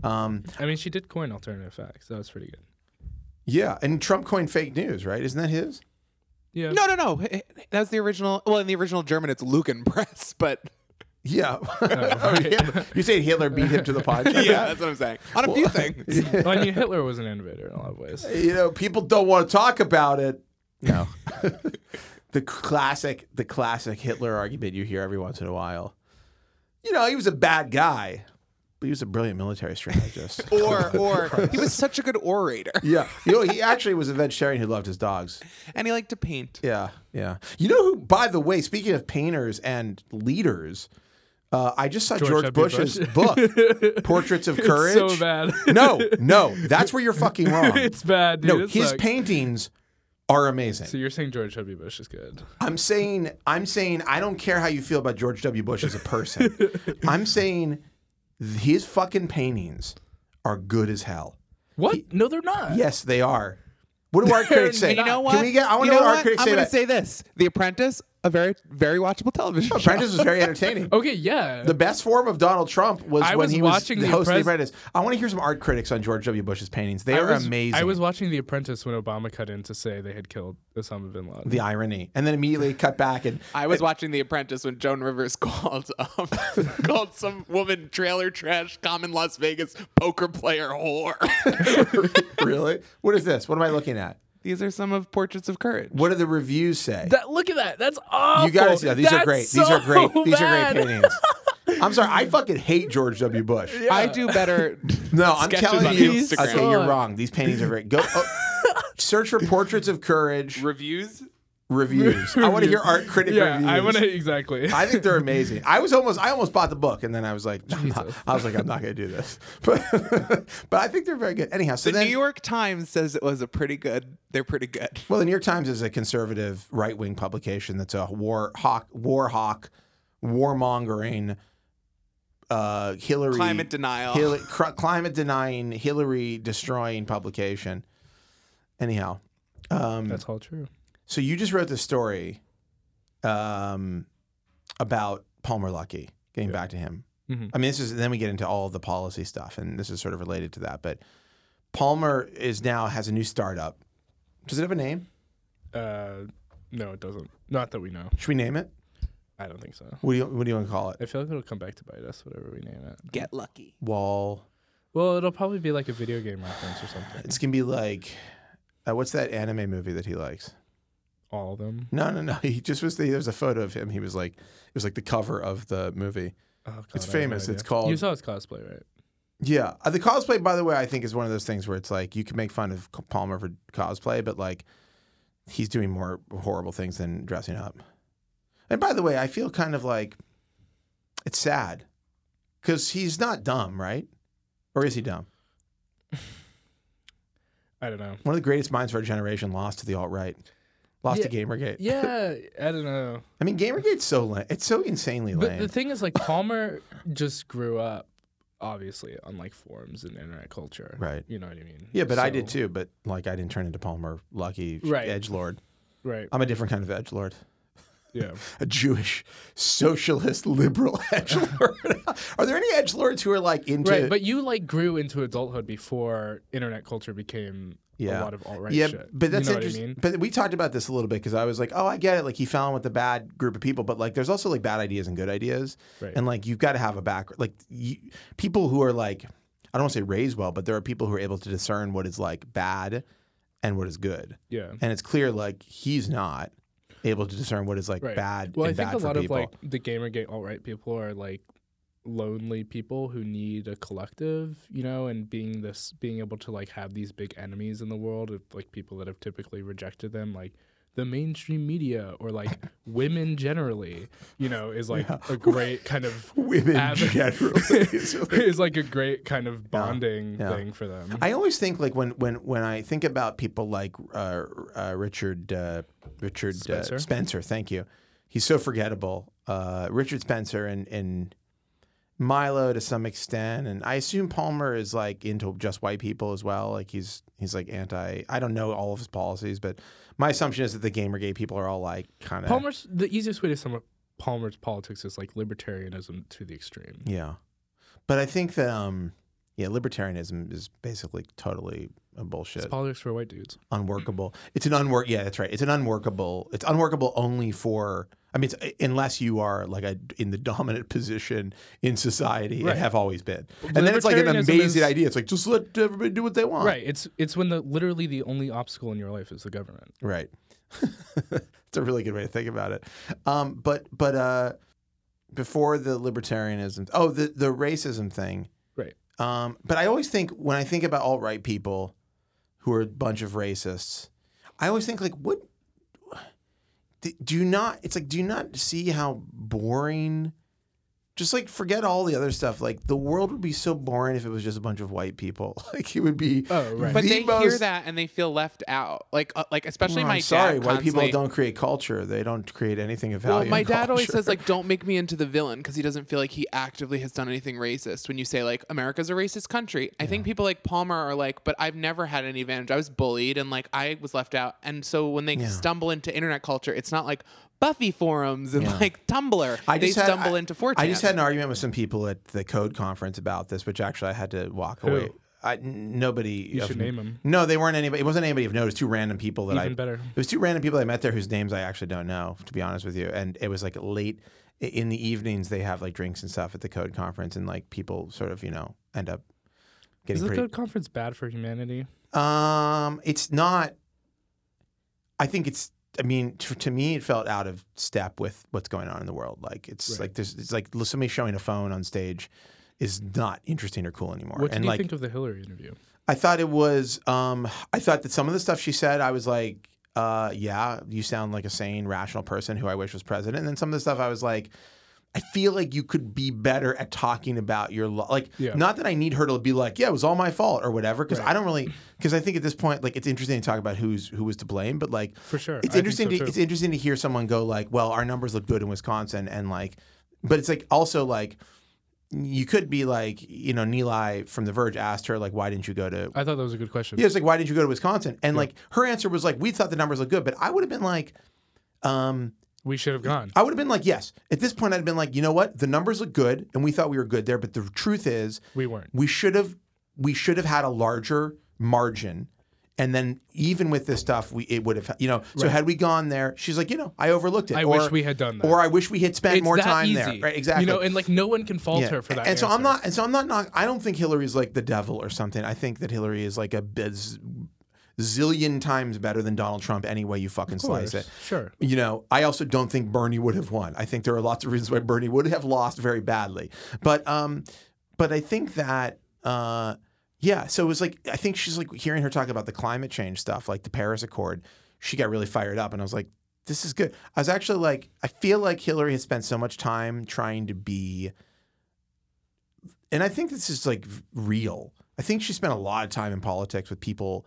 Um,
I mean, she did coin alternative facts. That was pretty good.
yeah, and Trump coined fake news, right? Isn't that his?
Yeah.
no, no, no. That was the original. Well, in the original German, it's Lucan Press, but
Yeah. Oh, Hitler. You say Hitler beat him to the punch.
yeah, that's what I'm saying. On a few things.
Well, I mean, Hitler was an innovator in a lot of ways.
you know, people don't want to talk about it. No. the classic the classic Hitler argument you hear every once in a while. You know, he was a bad guy, but he was a brilliant military strategist.
Or, or he was such a good orator,
yeah. You know, he actually was a vegetarian who loved his dogs.
and he liked to paint.
Yeah, yeah. You know who, by the way, speaking of painters and leaders, uh, I just saw George,
W.
Bush's book, Portraits of Courage.
So bad.
No, no, that's where you're fucking wrong.
it's bad. Dude.
Um, no,
It
his
sucks.
paintings are amazing.
So you're saying George W. Bush is good?
I'm saying I'm saying I don't care how you feel about George W. Bush as a person. I'm saying th- his fucking paintings are good as hell.
What? no, they're not.
Yes, they are. What do our critics say?
You know what?
Can we get? I want
you
to
know
know what our
what?
critics
I'm
say.
gonna
That.
say this: The Apprentice, a very, very watchable television show.
Apprentice was very entertaining.
Okay. Yeah.
The best form of Donald Trump was
I
when
was
he
watching
was the
The
host of The
Apprentice-
Apprentice. I want to hear some art critics on George W. Bush's paintings. They
I
are
was-
amazing.
I was watching The Apprentice when Obama cut in to say they had killed Osama bin Laden.
the irony, and then immediately cut back and
I was watching The Apprentice when Joan Rivers called um, called some woman trailer trash, common Las Vegas poker player whore.
really, what is this? What am I looking at?
These are some of Portraits of Courage.
What do the reviews say?
that look at that. That's awful.
You gotta see that. These are
That's
great. These are
so
great. These are
bad.
great paintings. I'm sorry. I fucking hate George W. Bush.
I do better.
No, I'm
Sketches
telling
on
you.
Instagram.
Okay, you're wrong. These paintings are great. Go oh, search for portraits of courage
Reviews?
reviews. I want to hear art critic
Yeah,
reviews.
I want to exactly.
I think they're amazing. I was almost, I almost bought the book, and then I was like, no, I'm not- I was like, I'm not going to do this. But, but I think they're very good. Anyhow, so
The
then,
New York Times says it was a pretty good. They're pretty good.
well, the New York Times is a conservative right wing publication that's a war hawk, war hawk, warmongering, uh, Hillary
Climate denial.
Hillary, cr- climate denying, Hillary destroying publication. Anyhow, um,
That's all true.
so you just wrote the story um, about Palmer Lucky. Getting back to him,
Mm-hmm.
Mhm.
I mean, this is then we get into all of the policy stuff, and this is sort of related to that. But Palmer is now has a new startup. Does it have a name?
Uh, no, it doesn't. Not that we know.
Should we name it?
I don't think so.
What do you What do you want to call it?
I feel like it'll come back to bite us, whatever we name it.
Get lucky.
Wall.
Well, it'll probably be like a video game reference or something.
It's gonna be like, uh, what's that anime movie that he likes?
All of them.
No, no, no. He just was the, there was a photo of him. He was like, it was like the cover of the movie.
Oh, God,
It's
I have no
famous.
idea.
It's called-
You saw his cosplay, right?
Yeah, Uh, the cosplay, by the way, I think is one of those things where it's like you can make fun of Palmer for cosplay, but like he's doing more horrible things than dressing up. And by the way, I feel kind of like it's sad because he's not dumb, right? Or is he dumb?
I don't know.
One of the greatest minds of our generation lost to the alt right, lost to Gamergate.
Yeah, I don't know.
I mean, Gamergate's so lame. It's so insanely
But
lame.
the thing is, like Palmer just grew up, obviously, on like forums and internet culture.
Right.
You know what I mean?
yeah, but I did
So-
too. But like, I didn't turn into Palmer Lucky
Right.
Edge Lord.
Right.
I'm a different kind of Edge Lord.
Yeah.
a Jewish socialist liberal edge lord. are there any edge lords who are like into?
Right. But you like grew into adulthood before internet culture became
Yeah.
a lot of alt right
yeah,
shit.
but that's
you know
interesting.
What I mean?
But we talked about this a little bit because I was like, oh, I get it. Like he fell in with a bad group of people, but like there's also like bad ideas and good ideas,
Right.
and like you've got to have a background. Like you, people who are like, I don't want to say raised well, but there are people who are able to discern what is like bad and what is good,
Yeah.
and it's clear like he's not able to discern what is like
Right.
bad.
Well, I
and
think
bad
a
for
lot
people.
of like the Gamergate alt right people are like lonely people who need a collective, you know, and being this being able to like have these big enemies in the world of like people that have typically rejected them, like the mainstream media or like women generally, you know, is like a great kind of
women
Ab-
generally. is really-
is like a great kind of bonding
Yeah.
thing for them.
I always think like when when when I think about people like uh, uh, Richard uh, Richard Uh,
Spencer?
Spencer. Thank you. He's so forgettable. Uh, Richard Spencer and and Milo to some extent, and I assume Palmer is like into just white people as well. Like he's he's like anti. I don't know all of his policies, but my assumption is that the Gamergate people are all like kind of
Palmer's the easiest way to sum up Palmer's politics is like libertarianism to the extreme.
Yeah, but I think that um, yeah, libertarianism is basically totally a bullshit,
It's politics for white dudes.
unworkable. It's an unwork. Yeah, that's right. It's an unworkable. It's unworkable only for. I mean, it's, uh, unless you are like a, in the dominant position in society and
Right.
have always been, and then it's like an
Libertarianism
amazing
is-
idea. It's like just let everybody do what they want.
Right. It's it's when the literally the only obstacle in your life is the government.
Right. It's a really good way to think about it. Um, but but uh, before the libertarianism, oh the the racism thing.
Right.
Um, but I always think when I think about alt right people who are a bunch of racists, I always think like what. do- Do you not? It's like, do you not see how boring? Just like forget all the other stuff. Like the world would be so boring if it was just a bunch of white people. Like it would be.
Oh, right.
But
the
they hear
most-
that and they feel left out. Like, uh, like especially
well,
my
I'm sorry,
dad.
white people
constantly-
don't create culture. They don't create anything of value.
Well, my
in
dad always
culture.
says like, "Don't make me into the villain," because he doesn't feel like he actively has done anything racist. When you say like, "America's a racist country," I think people like Palmer are like, "But I've never had any advantage. I was bullied and like I was left out." And so when they stumble into internet culture, it's not like Buffy forums and like Tumblr.
I
they
just had-
stumble
I-
into 4chan.
I just had an argument with some people at the code conference about this, which actually I had to walk away. I n nobody.
You
of-
should name them.
No, they weren't anybody. It wasn't anybody of note. It was two random people that I.
Even better.
It was two random people I met there whose names I actually don't know, to be honest with you. And it was like late i- in the evenings. They have like drinks and stuff at the code conference, and like people sort of you know end up
Is
getting
the
pretty.
code conference bad for humanity?
Um, it's not. I think it's. I mean, to, to me, it felt out of step with what's going on in the world. Like it's
Right.
like there's it's like somebody showing a phone on stage is not interesting or cool anymore.
What did
and
you
like
think of the Hillary interview?
I thought it was. Um, I thought that some of the stuff she said, I was like, uh, yeah, you sound like a sane, rational person who I wish was president. And then some of the stuff, I was like. I feel like you could be better at talking about your lo- like.
Yeah.
Not that I need her to be like, yeah, it was all my fault or whatever, because
Right.
I don't really because I think at this point, like, it's interesting to talk about who's who was to blame, but like,
For sure. I
it's
think
interesting.
so
to,
too.
it's interesting to hear someone go like, "Well, our numbers look good in Wisconsin," and like, but it's like also like you could be like, you know, Neeli from The Verge asked her like, "Why didn't you go to
I thought that was a good question.
yeah, it's like, why did you go to Wisconsin? And like her answer was like, we thought the numbers looked good, but I would have been like, um,
We should have gone.
I would have been like, yes. At this point, I'd have been like, you know what? The numbers look good, and we thought we were good there, but the truth is,
We weren't.
we should have we should have had a larger margin. And then even with this stuff, we it would have you know. So had we gone there, she's like, you know, I overlooked it.
I
or,
wish we had done that.
Or I wish we had spent
It's
more
that
time
easy.
there. Right? Exactly.
You know, and like no one can fault
Yeah.
her for that.
And so I'm
answer.
not. And so I'm not. Knock, I don't think Hillary's like the devil or something. I think that Hillary is like a biz, zillion times better than Donald Trump. Any way you fucking
Of course.
slice it.
Sure.
You know, I also don't think Bernie would have won. I think there are lots of reasons why Bernie would have lost very badly. But um, but I think that uh, yeah. So it was like I think she's like hearing her talk about the climate change stuff, like the Paris Accord. She got really fired up, and I was like, this is good. I was actually like, I feel like Hillary has spent so much time trying to be, and I think this is like v- real. I think she spent a lot of time in politics with people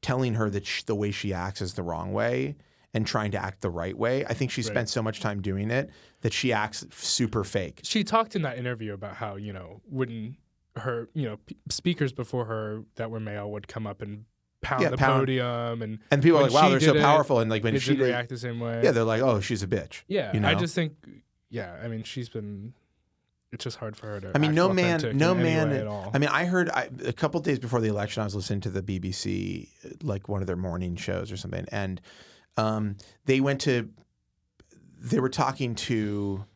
telling her that sh the way she acts is the wrong way and trying to act the right way. I think she spent so much time doing it that she acts super fake.
she talked in that interview about how you know when her you know p- speakers before her that were male would come up and pound
Yeah,
the
pound.
podium and
And people
when
are like, wow,
she
they're so
did it,
powerful. And like when
it
she
didn't
did-
react the same way.
yeah, they're like, oh, she's a bitch.
yeah.
you know?
I just think yeah. I mean, she's been. It's just hard for her to.
I mean,
act
no man,
authentic
no
in any
man.
way at all.
I mean, I heard I, a couple days before the election, I was listening to the BBC, like one of their morning shows or something, and um, they went to, they were talking to,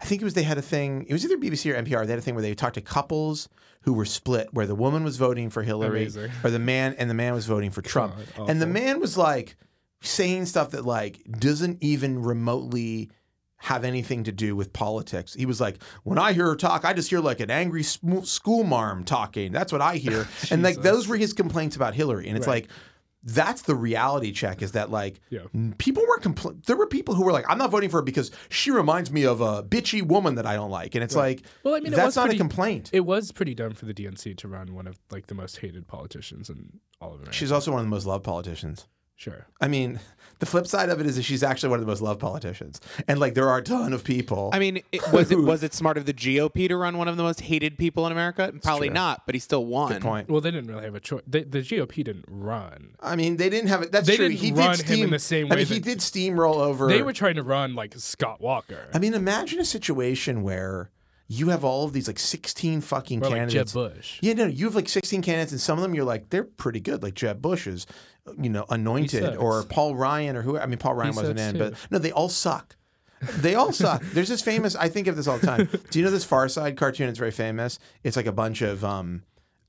I think it was they had a thing. It was either BBC or NPR. They had a thing where they talked to couples who were split, where the woman was voting for Hillary,
Amazing.
or the man and the man was voting for Trump,
God,
and the
awful.
man was like saying stuff that like doesn't even remotely have anything to do with politics. He was like, when I hear her talk, I just hear like an angry sm- school marm talking. That's what I hear. and like
Jesus.
those were his complaints about Hillary. And it's
Right.
like, that's the reality check is that like
Yeah.
n- people were compl- there were people who were like I'm not voting for her because she reminds me of a bitchy woman that I don't like and it's like
Well, I mean, it
that's
was
not
pretty-
a complaint.
it was pretty dumb for the DNC to run one of like the most hated politicians in all of America.
She's also one of the most loved politicians.
Sure.
I mean, the flip side of it is that she's actually one of the most loved politicians, and like there are a ton of people.
I mean, it, was it was it smart of the GOP to run one of the most hated people in America? Probably
true.
not, but he still won. Good
point.
Well, they didn't really have a choice. They, the GOP didn't run.
I mean, they didn't have it. That's
They
true.
didn't
he
run
did
him
steam,
in the same
I
way
mean, he
that-
did steamroll over.
They were trying to run like Scott Walker.
I mean, imagine a situation where you have all of these like 16 fucking
or like Jeb
candidates.
Bush.
yeah, no, you have like 16 candidates, and some of them you're like, they're pretty good. Like Jeb Bush is, you know, anointed,
sucks.
or Paul Ryan, or who? I mean, Paul Ryan wasn't
sucks
in,
too.
but no, they all suck. They all suck. There's this famous. I think of this all the time. Do you know this Far Side cartoon? It's very famous. It's like a bunch of um,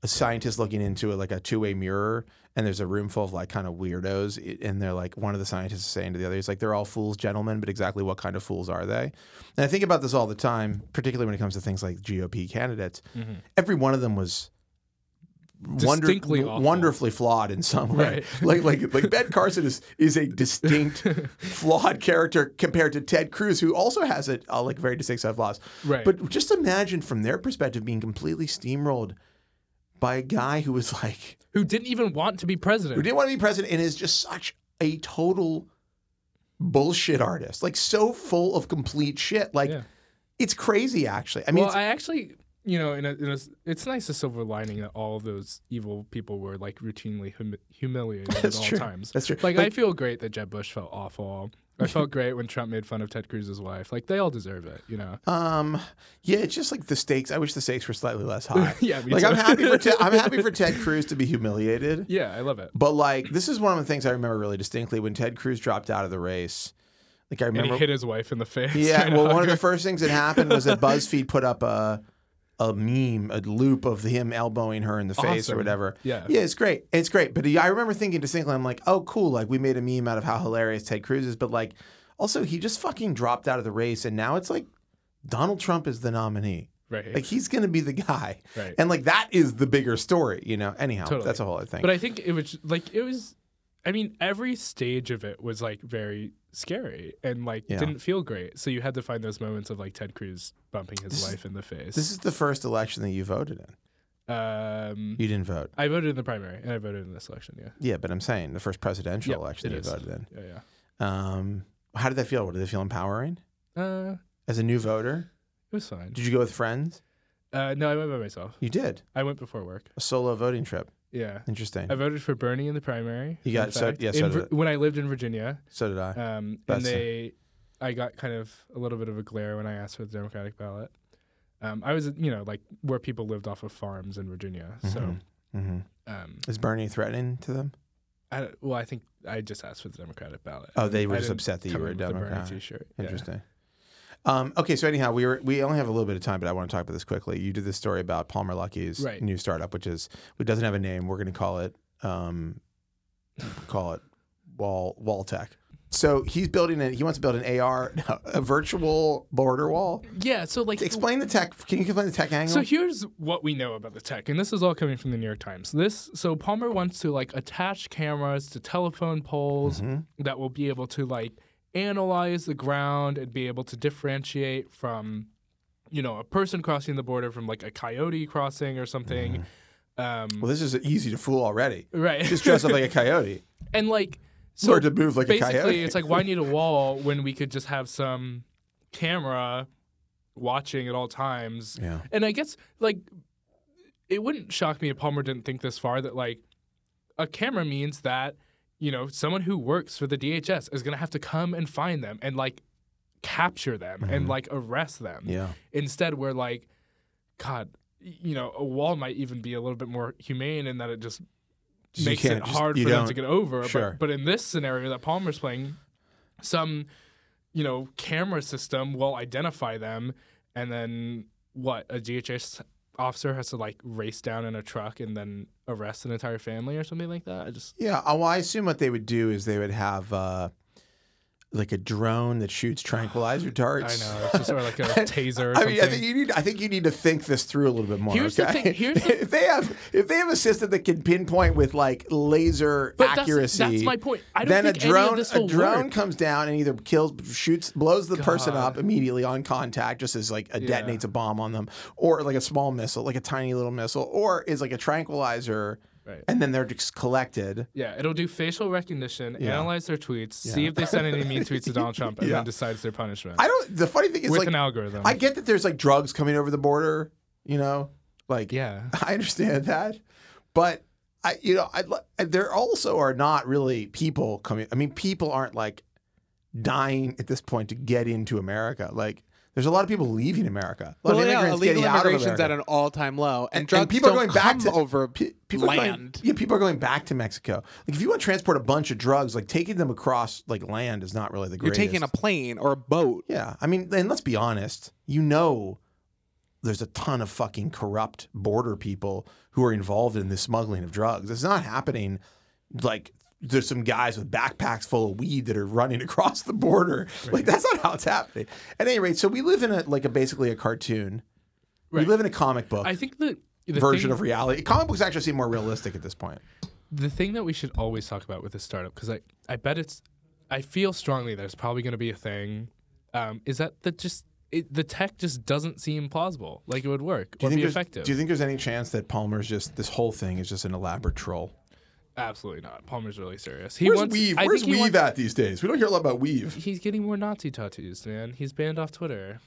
scientists looking into a, like a two way mirror, and there's a room full of like kind of weirdos, It- and they're like one of the scientists is saying to the other, "He's like they're all fools, gentlemen, but exactly what kind of fools are they?" And I think about this all the time, particularly when it comes to things like GOP candidates. Every one of them was. Wonder,
Distinctly
w-
awful.
wonderfully flawed in some way. Like like like Ben Carson is is a distinct flawed character compared to Ted Cruz, who also has a, a like very distinct set of flaws.
Right.
But just imagine from their perspective being completely steamrolled by a guy who was like
Who didn't even want to be
who
president.
didn't want to be president and is just such a total bullshit artist. Like so full of complete shit. Like
Yeah.
it's crazy actually. I mean
well,
it's,
I actually, you know, in a, in a, it's nice a silver lining that all of those evil people were like routinely hum- humiliated at
That's
all
true.
times.
That's true.
Like,
But-
I feel great that Jeb Bush felt awful. I felt great when Trump made fun of Ted Cruz's wife. Like they all deserve it, you know.
Um, yeah, it's just like the stakes. I wish the stakes were slightly less high.
Yeah, me
like I'm
too.
happy for Ted, I'm happy for Ted Cruz to be humiliated.
Yeah, I love it.
But like, this is one of the things I remember really distinctly when Ted Cruz dropped out of the race. Like I
And
remember,
he hit his wife in the face.
yeah.
kinda
Well, one of the
hard.
first things that happened was that BuzzFeed put up a a meme, a loop of him elbowing her in the face or
Awesome.
whatever.
Yeah.
yeah, it's great. It's great. But I remember thinking distinctly, I'm like, oh, cool. Like we made a meme out of how hilarious Ted Cruz is, but like, also he just fucking dropped out of the race, and now it's like Donald Trump is the nominee.
right.
Like he's gonna be the guy,
Right.
and like that is the bigger story, you know. Anyhow,
Totally.
that's a whole other thing.
But I think it was like it was. I mean, every stage of it was like very scary and like
Yeah.
didn't feel great. So you had to find those moments of like Ted Cruz bumping his
This is-
wife in the face.
this is the first election that you voted in.
um,
You didn't vote.
I voted in the primary and I voted in this election. Yeah,
Yeah, but I'm saying the first presidential
Yep,
election
it
that you
is.
voted in.
yeah,
Um, how did that feel? What did it feel empowering
yeah. Uh,
as a new voter?
it was fine.
Did you go with friends?
Uh, no, I went by myself.
You did
I went before work.
a solo voting trip.
Yeah,
Interesting.
I voted for Bernie in the primary.
You
in
got- so-
fact,
yeah,
in
so did
Vir-
I.
when I lived in Virginia,
So did I.
Um,
That's
and
a-
they, I got kind of a little bit of a glare when I asked for the Democratic ballot. Um, I was, you know, like where people lived off of farms in Virginia. So,
hmm
um,
Is Bernie threatening to them?
I, don't- well, I think I just asked for the Democratic ballot.
Oh, they were
I
just
didn't
upset that you
come
were a
in with Bernie
Democrat.
T-shirt. Yeah.
Interesting. Um, okay, so anyhow, we were we only have a little bit of time, but I want to talk about this quickly. You did this story about Palmer Lucky's
Right.
new startup, which is which doesn't have a name. We're going to call it um, call it Wall Wall Tech. So he's building it. He wants to build an AR, a virtual border wall.
Yeah. So, like,
Explain the tech. Can you explain the tech angle?
So here's what we know about the tech, and this is all coming from the New York Times. This so Palmer wants to like attach cameras to telephone poles
Mm-hmm.
that will be able to like analyze the ground and be able to differentiate from, you know, a person crossing the border from like a coyote crossing or something. Um,
well, this is easy to fool already.
right.
Mm-hmm. Just dress up like a coyote,
and like so
or to move like a
basically
coyote.
it's like why need a wall when we could just have some camera watching at all times
Yeah.
and i guess like it wouldn't shock me if palmer didn't think this far that like a camera means that you know someone who works for the dhs is going to have to come and find them and like capture them and like arrest them
yeah.
instead we're like god y- you know a wall might even be a little bit more humane in that it just
Just you
makes it
can't- just-
hard
you
for them to
don't-
get over.
Sure.
But, but in this scenario that Palmer's playing, some you know camera system will identify them, and then what a DHS officer has to like race down in a truck and then arrest an entire family or something like that. I just
Yeah, uh, well, I assume what they would do is they would have uh, like a drone that shoots tranquilizer
I know
darts.
it's just sort of like a taser. Or
I
something.
mean, I think you need. I think you need to think this through a little bit more.
Here's the
okay?
thing- here's the-
if they have if they have a system that can pinpoint with like laser
But that's-
accuracy,
that's my point. I don't
then
think
a
any of
drone
this
a
will
drone
work.
comes down and either kills, shoots, blows the person
God.
up immediately on contact, just as like a
Yeah.
detonates a bomb on them, or like a small missile, like a tiny little missile, or is like a tranquilizer
Right.
and then they're just collected.
Yeah, it'll do facial recognition,
Yeah.
analyze their tweets, see
Yeah.
if they sent any mean tweets to Donald Trump, and
Yeah.
then decides their punishment
I don't. The funny thing is,
with
like,
an algorithm.
I get that there's like drugs coming over the border. You know, like
yeah.
I understand that, but I, you know, I there also are not really people coming. I mean, people aren't like dying at this point to get into America. Like, there's a lot of people leaving America. A lot
Well,
of
yeah,
immigrants
illegal
getting out of
immigration's
America.
at an all-time low, and,
And-
drugs
and people are
don't
going back
come
to-
over
Pe- people Are going,
land.
yeah, people are going back to Mexico. Like, if you want to transport a bunch of drugs, like taking them across like land is not really the
You're
greatest.
taking a plane or a boat.
Yeah, I mean, and let's be honest. You know, there's a ton of fucking corrupt border people who are involved in the smuggling of drugs. It's not happening. Like there's some guys with backpacks full of weed that are running across the border. Like that's not how it's happening. At any rate, so we live in a like a basically a cartoon. We
Right.
live in a comic book
I think that the
version
thing,
of reality. Comic books actually seem more realistic at this point.
the thing that we should always talk about with a startup because I, I bet it's i feel strongly there's probably going to be a thing um, is that that just it, the tech just doesn't seem plausible like it would work or be
there's-
effective
do you think there's any chance that Palmer's just this whole thing is just an elaborate troll?
absolutely not palmer's really serious he
Where's
wants
Weave?
I
Where's
think he
Weave
wants-
at these days? We don't hear a lot about Weave.
he's getting more nazi tattoos man he's banned off twitter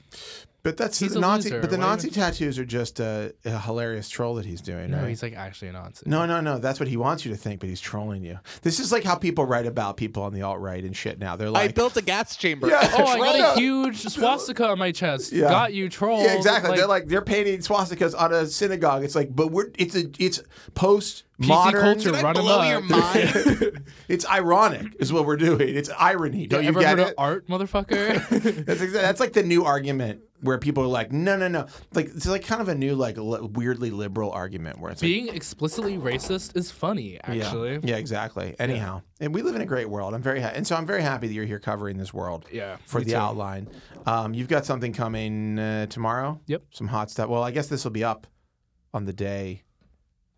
But that's
He's
the
a
Nazi.
loser.
But the
Why
Nazi tattoos are just a, a hilarious troll that he's doing.
no
right?
he's like actually a nazi
no, no, no. That's what he wants you to think, but he's trolling you. This is like how people write about people on the alt right and shit. Now they're
I
like,
built a gas chamber.
Yeah.
oh i
No.
got a huge swastika on my chest
Yeah.
got you troll
yeah, exactly. they're like they're painting swastikas on a synagogue. It's like, but we're it's a it's post modern.
culture
Did I
Run 'em
blow
up.
your mind?
It's ironic, is what we're doing. It's irony. Don't you
ever
get
heard
it?
of art motherfucker
That's exa- that's like the new argument where people are like, no, no, no. Like it's like kind of a new like li- weirdly liberal argument where it's like,
being explicitly racist is funny actually
Yeah, yeah exactly. Anyhow, and we live in a great world. I'm very ha- and so I'm very happy that you're here covering this world.
Yeah,
for
me
the
too.
outline. Um, you've got something coming uh, tomorrow.
Yep.
Some hot stuff. Well, I guess this will be up on the day.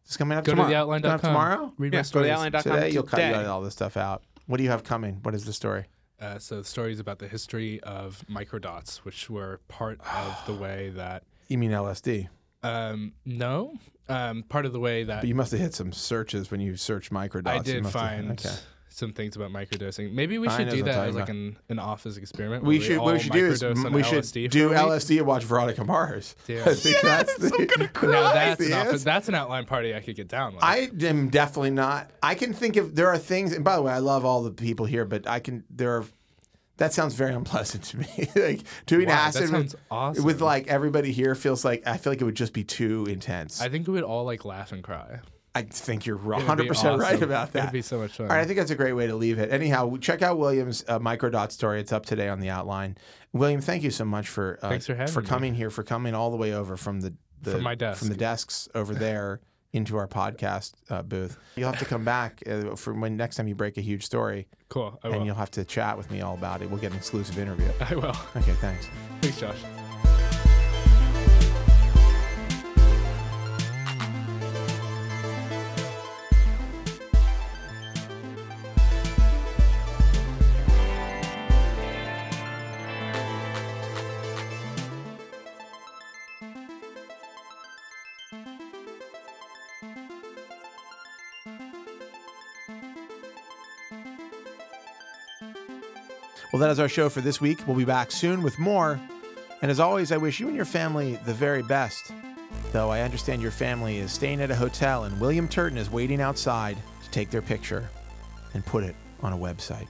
It's coming up
Go
tomorrow.
to theoutline.com.
Going up tomorrow.
Read my
Yeah, go to
stories.
theoutline.com
Today you'll cut you
today.
out all this stuff out. What do you have coming? What is the story?
Uh, so the story is about the history of microdots, which were part of the way that
You mean LSD?
um, no, um, part of the way that
But you must have hit some searches when you searched microdots.
I
You
did
must have-
find
okay.
some things about microdosing. Maybe we
I
should
know
do
what I'm
that
talking
as like
about.
an, an office experiment.
We
where
should. What
all
we should do is
microdose on
we should
LSD
do
for a week.
LSD and watch Veronica Mars.
Damn.
I think that's the,
Now that's an,
Yes.
office, that's an outline party I could get down with.
I am definitely not. I can think of there are things, and by the way, I love all the people here, but I can there are. That sounds very unpleasant to me. like doing
Wow, that
acid with,
sounds awesome.
with like everybody here feels like I feel like it would just be too intense.
I
I,
think we would all like laugh and cry.
think you're
It would be
100 percent right
awesome.
about
It'd
that.
be so much fun.
All right, I think that's a great way to leave it. Anyhow, check out William's uh, microdot story. It's up today on the outline. William, thank you so much for uh,
Thanks for having me.
coming here, for coming all the way over from the, the
From my desk.
from the desks over there into our podcast uh, booth. You'll have to come back uh, for when next time you break a huge story,
cool. I
and
will.
you'll have to chat with me all about it. We'll get an exclusive interview.
I will.
Okay, thanks.
Thanks, Josh.
Well, that is our show for this week. We'll be back soon with more. And as always, I wish you and your family the very best. Though I understand your family is staying at a hotel and William Turton is waiting outside to take their picture and put it on a website.